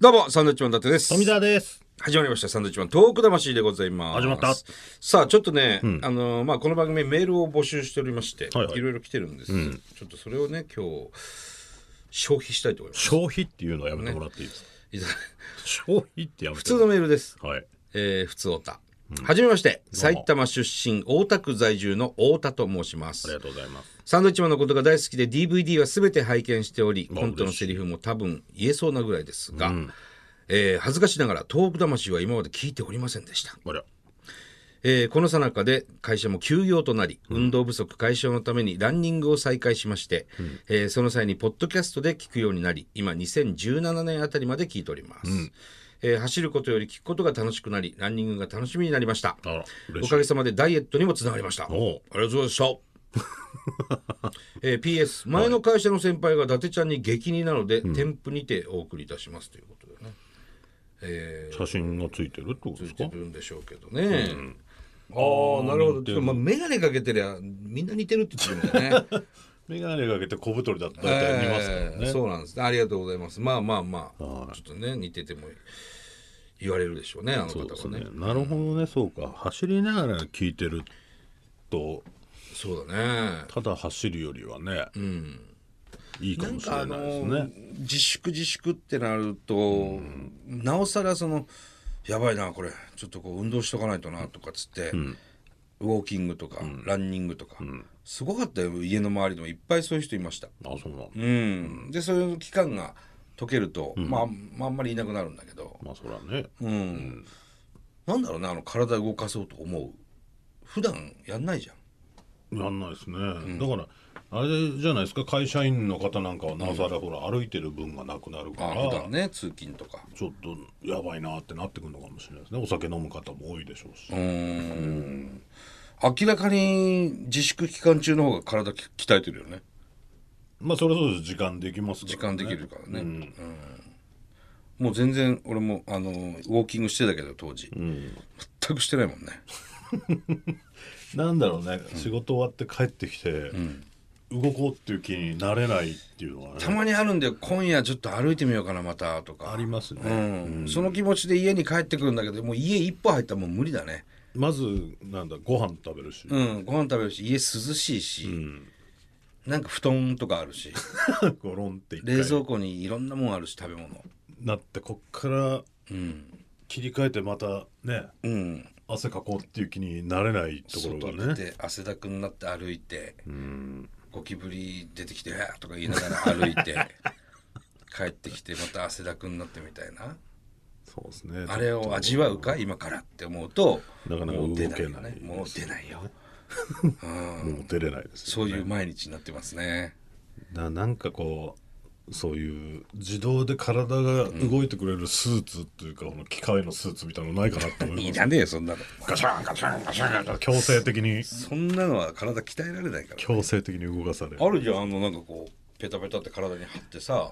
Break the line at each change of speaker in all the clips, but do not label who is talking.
どうも、サンドウィッチマン伊達です。
富田です。
始まりました、サンドウィッチマン、トーク魂でございます。
始まった
さあ、ちょっとね、あのーまあ、この番組メールを募集しておりまして、
はいいはい
ろいろ来てるんです、ちょっとそれをね、今日、消費したいと思います。
消費っていうのはやめてもらっていいですか、
いざ
消費ってやめて
普通のメールです。
はい。
えー、普通オタ。はじめまして、埼玉出身、大田区在住の太田と申します。
ありがとうございます。
サンドウィッチマンのことが大好きで DVD は全て拝見しており
あ
コントのセリフも多分言えそうなぐらいですが、えー恥ずかしながら東北魂は今まで聞いておりませんでした、
あら。
えーこの最中で会社も休業となり、運動不足解消のためにランニングを再開しまして、えーその際にポッドキャストで聞くようになり今2017年あたりまで聞いております、えー走ることより聞くことが楽しくなりランニングが楽しみになりました
あら。
お
嬉し
か
い。
げさまでダイエットにもつながりました。あり
おう
がとうございま した。えー PS 前の会社の先輩が伊達ちゃんに激似なので、添付にてお送りいたしますということでねえ
写真がついてるってことで
ー、
す
言
か
ってるんでしょうけどね、ああなるほどちょっとまあ眼鏡かけてりゃみんな似てるって言って るんだよね
メガネかけて小太りだったら大体似ますからね。
えーそうなんですねありがとうございますまあまあまあ、ちょっとね似てても言われるでしょうねあの方はね
そうですねなるほどね、そうか。走りながら聞いてると、
そうだね
ただ走るよりはね、いいか
な
も
ん
しれな
かあ
い
の
です
ー
ね。
自粛自粛ってなると、なおさらそのやばいなこれちょっとこう運動しとかないとなとかっつって、ウォーキングとか、ランニングとか、すごかったよ家の周りでもいっぱいそういう人いました。
あ、そうなん
うんでそういう期間が解けると、まあ、まああんまりいなくなるんだけど、
まあそらね。
うんなんだろうなあの体動かそうと思う普段やんないじゃん。
やんないですね、だからあれじゃないですか会社員の方なんかはなおさらほら歩いてる分がなくなるか
あ
ら、
普段ね通勤とか。
ちょっとやばいなってなってくるのかもしれないですねお酒飲む方も多いでしょうし、
うーん明らかに自粛期間中の方が体き鍛えてるよね
まあそれぞれ時間できますから、ね、
時間できるからね、うんもう全然俺もあのウォーキングしてたけど当時、全くしてないもんね
なんだろうね、仕事終わって帰ってきて、動こうっていう気になれないっていうのはね
たまにあるんだよ今夜ちょっと歩いてみようかなまたとか
ありますね、
うんその気持ちで家に帰ってくるんだけどもう家一歩入ったらもう無理だね
まずなんだご飯食べるし、
うんご飯食べるし家涼しいし、なんか布団とかあるし
ゴロンって一
冷
回
蔵庫にいろんなもんあるし食べ物
なってこっから
うん
切り替えてまたね
うん
汗かこうっていう気になれないところ
外
がね
出て汗だくになって歩いて
うん
ゴキブリ出てきて「とか言いながら歩い て帰ってきてまた汗だくになってみたいな
そうですね
あれを味わうか今からって思うと
なかなか
もう出よ
動けない
ね
ですね
もう出ない よ
もう出れないです
そういう毎日になってますね
ななんかこうそういう自動で体が動いてくれるスーツっていうか、この機械のスーツみたいなのないかなって思い
い
ます
らねえよそんなの
ガシャンガシャンガシャン強制的に
そんなのは体鍛えられないから
強制的に動かされる
あるじゃんあのなんかこうペタペタって体に貼ってさ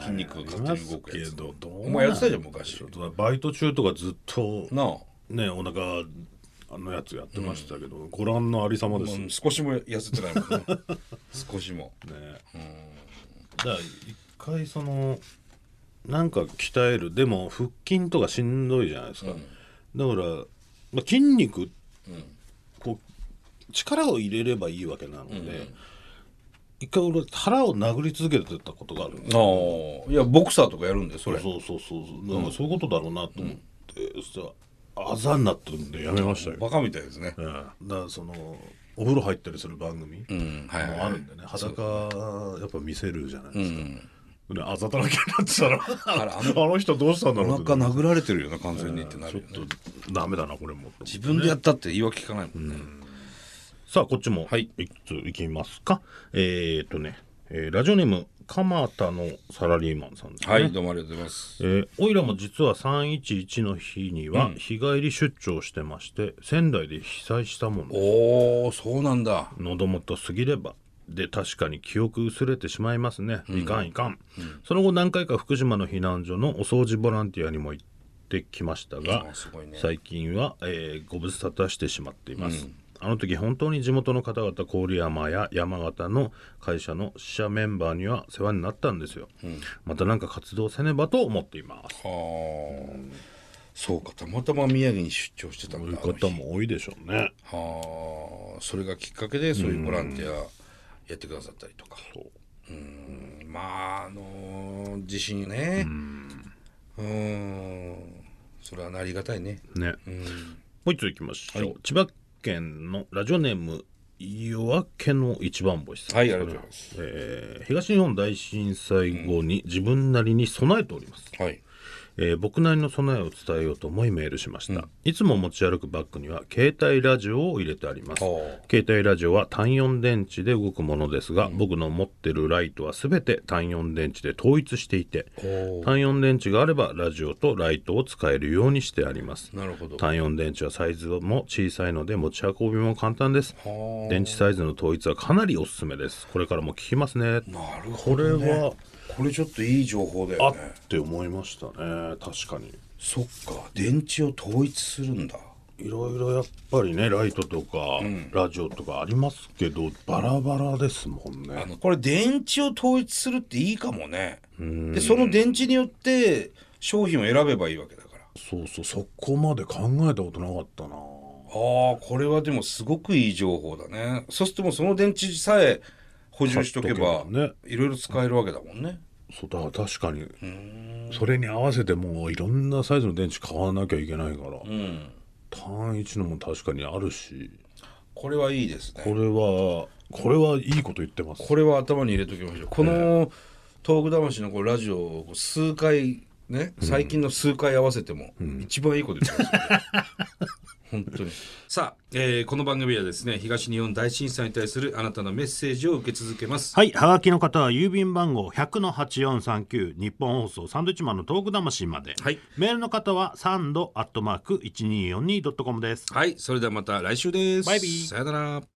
筋肉が勝手に動くや
あります
つ
けどどう
お前やってたじゃん昔
ちょっとバイト中とかずっと
なあ
ねお腹あのやつやってましたけど、ご覧のありさまです、
う
ね
ん少しも痩せてないもんね 少しも
だから一回そのなんか鍛えるでも腹筋とかしんどいじゃないですか、だから、まあ、筋肉、こう力を入れればいいわけなので、一回俺腹を殴り続けてたことがあるんです
ああいやボクサーとかやるんだよそれ
そうそうそうそうだからそういうことだろうなと思って、そしたらあざになってるんでやめましたよ、
バカみたいですね
うんだからそのお風呂入ったりする番組、
うんはいはい
もあるんでね裸やっぱ見せるじゃないですか、ねあざだらけになってたらあの人どうしたんだろう
お
って
腹殴られてるよな完全にってなるよね
ちょっとダメだなこれも
自分でやったって言い訳聞かないもんね
さあこっちも
はい
いくついきますかえー、っとね、えーラジオネーム蒲田のサラリーマンさんですね、
はいどうもありがとうございます
えーおいらも実は311の日には日帰り出張してまして、仙台で被災したものです
おおそうなんだ
喉元過ぎればで確かに記憶薄れてしまいますね、いかんいかん、その後何回か福島の避難所のお掃除ボランティアにも行ってきましたが
あ、すごいね
最近は、えーご無沙汰してしまっています、あの時本当に地元の方々郡山や山形の会社の支社メンバーには世話になったんですよ、また何か活動せねばと思っています
ああ、そうかたまたま宮城に出張してた
そ
ん
う
だ
いう方も多いでしょうね
あの日はあそれがきっかけでそういうボランティアやってくださったりとか
そう
うんまああのー地震ねうんそれはありがたいね
ね、もう一ついきましょう、千葉県のラジオネーム夜明けの一番星さん、
はいありがとうございます
えー東日本大震災後に自分なりに備えております、
はい
えー僕なりの備えを伝えようと思いメールしました、いつも持ち歩くバッグには携帯ラジオを入れてあります
ほう
携帯ラジオは単4電池で動くものですが、僕の持ってるライトは全て単4電池で統一していて
ほ
単4電池があればラジオとライトを使えるようにしてあります
うなるほど
単4電池はサイズも小さいので持ち運びも簡単です
はあ
電池サイズの統一はかなりおすすめですこれからも聞きますね
なる
こ
ほ
れ
ど、ね、
は
これちょっといい情報だ
あ
よ
っ
ね
て思いましたね確かに
そっか電池を統一するんだ
いろいろやっぱりねライトとか、ラジオとかありますけどバラバラですもんね
あのこれ電池を統一するっていいかもねでその電池によって商品を選べばいいわけだから
そうそうそこまで考えたことなかったな
ああこれはでもすごくいい情報だねそうするともうその電池さえ補充しとけ
買っ
ば
とけばね
いろいろ使えるわけだもんね
そうだから確かにそれに合わせてもういろんなサイズの電池買わなきゃいけないから、
うん
単一のも確かにあるし
これはいいですね
これはこれはいいこと言ってます
これは頭に入れときましょうこの東北魂のこうラジオを数回ね最近の数回合わせても一番いいこと言ってますよ ね本当にさあ、えーこの番組はですね東日本大震災に対するあなたのメッセージを受け続けます
はいはがきの方は郵便番号100-8439日本放送サンドイッチマンのトーク魂まで、
はい
メールの方はサンドアットマーク 1242.com です
はいそれではまた来週です
バイビー
さよなら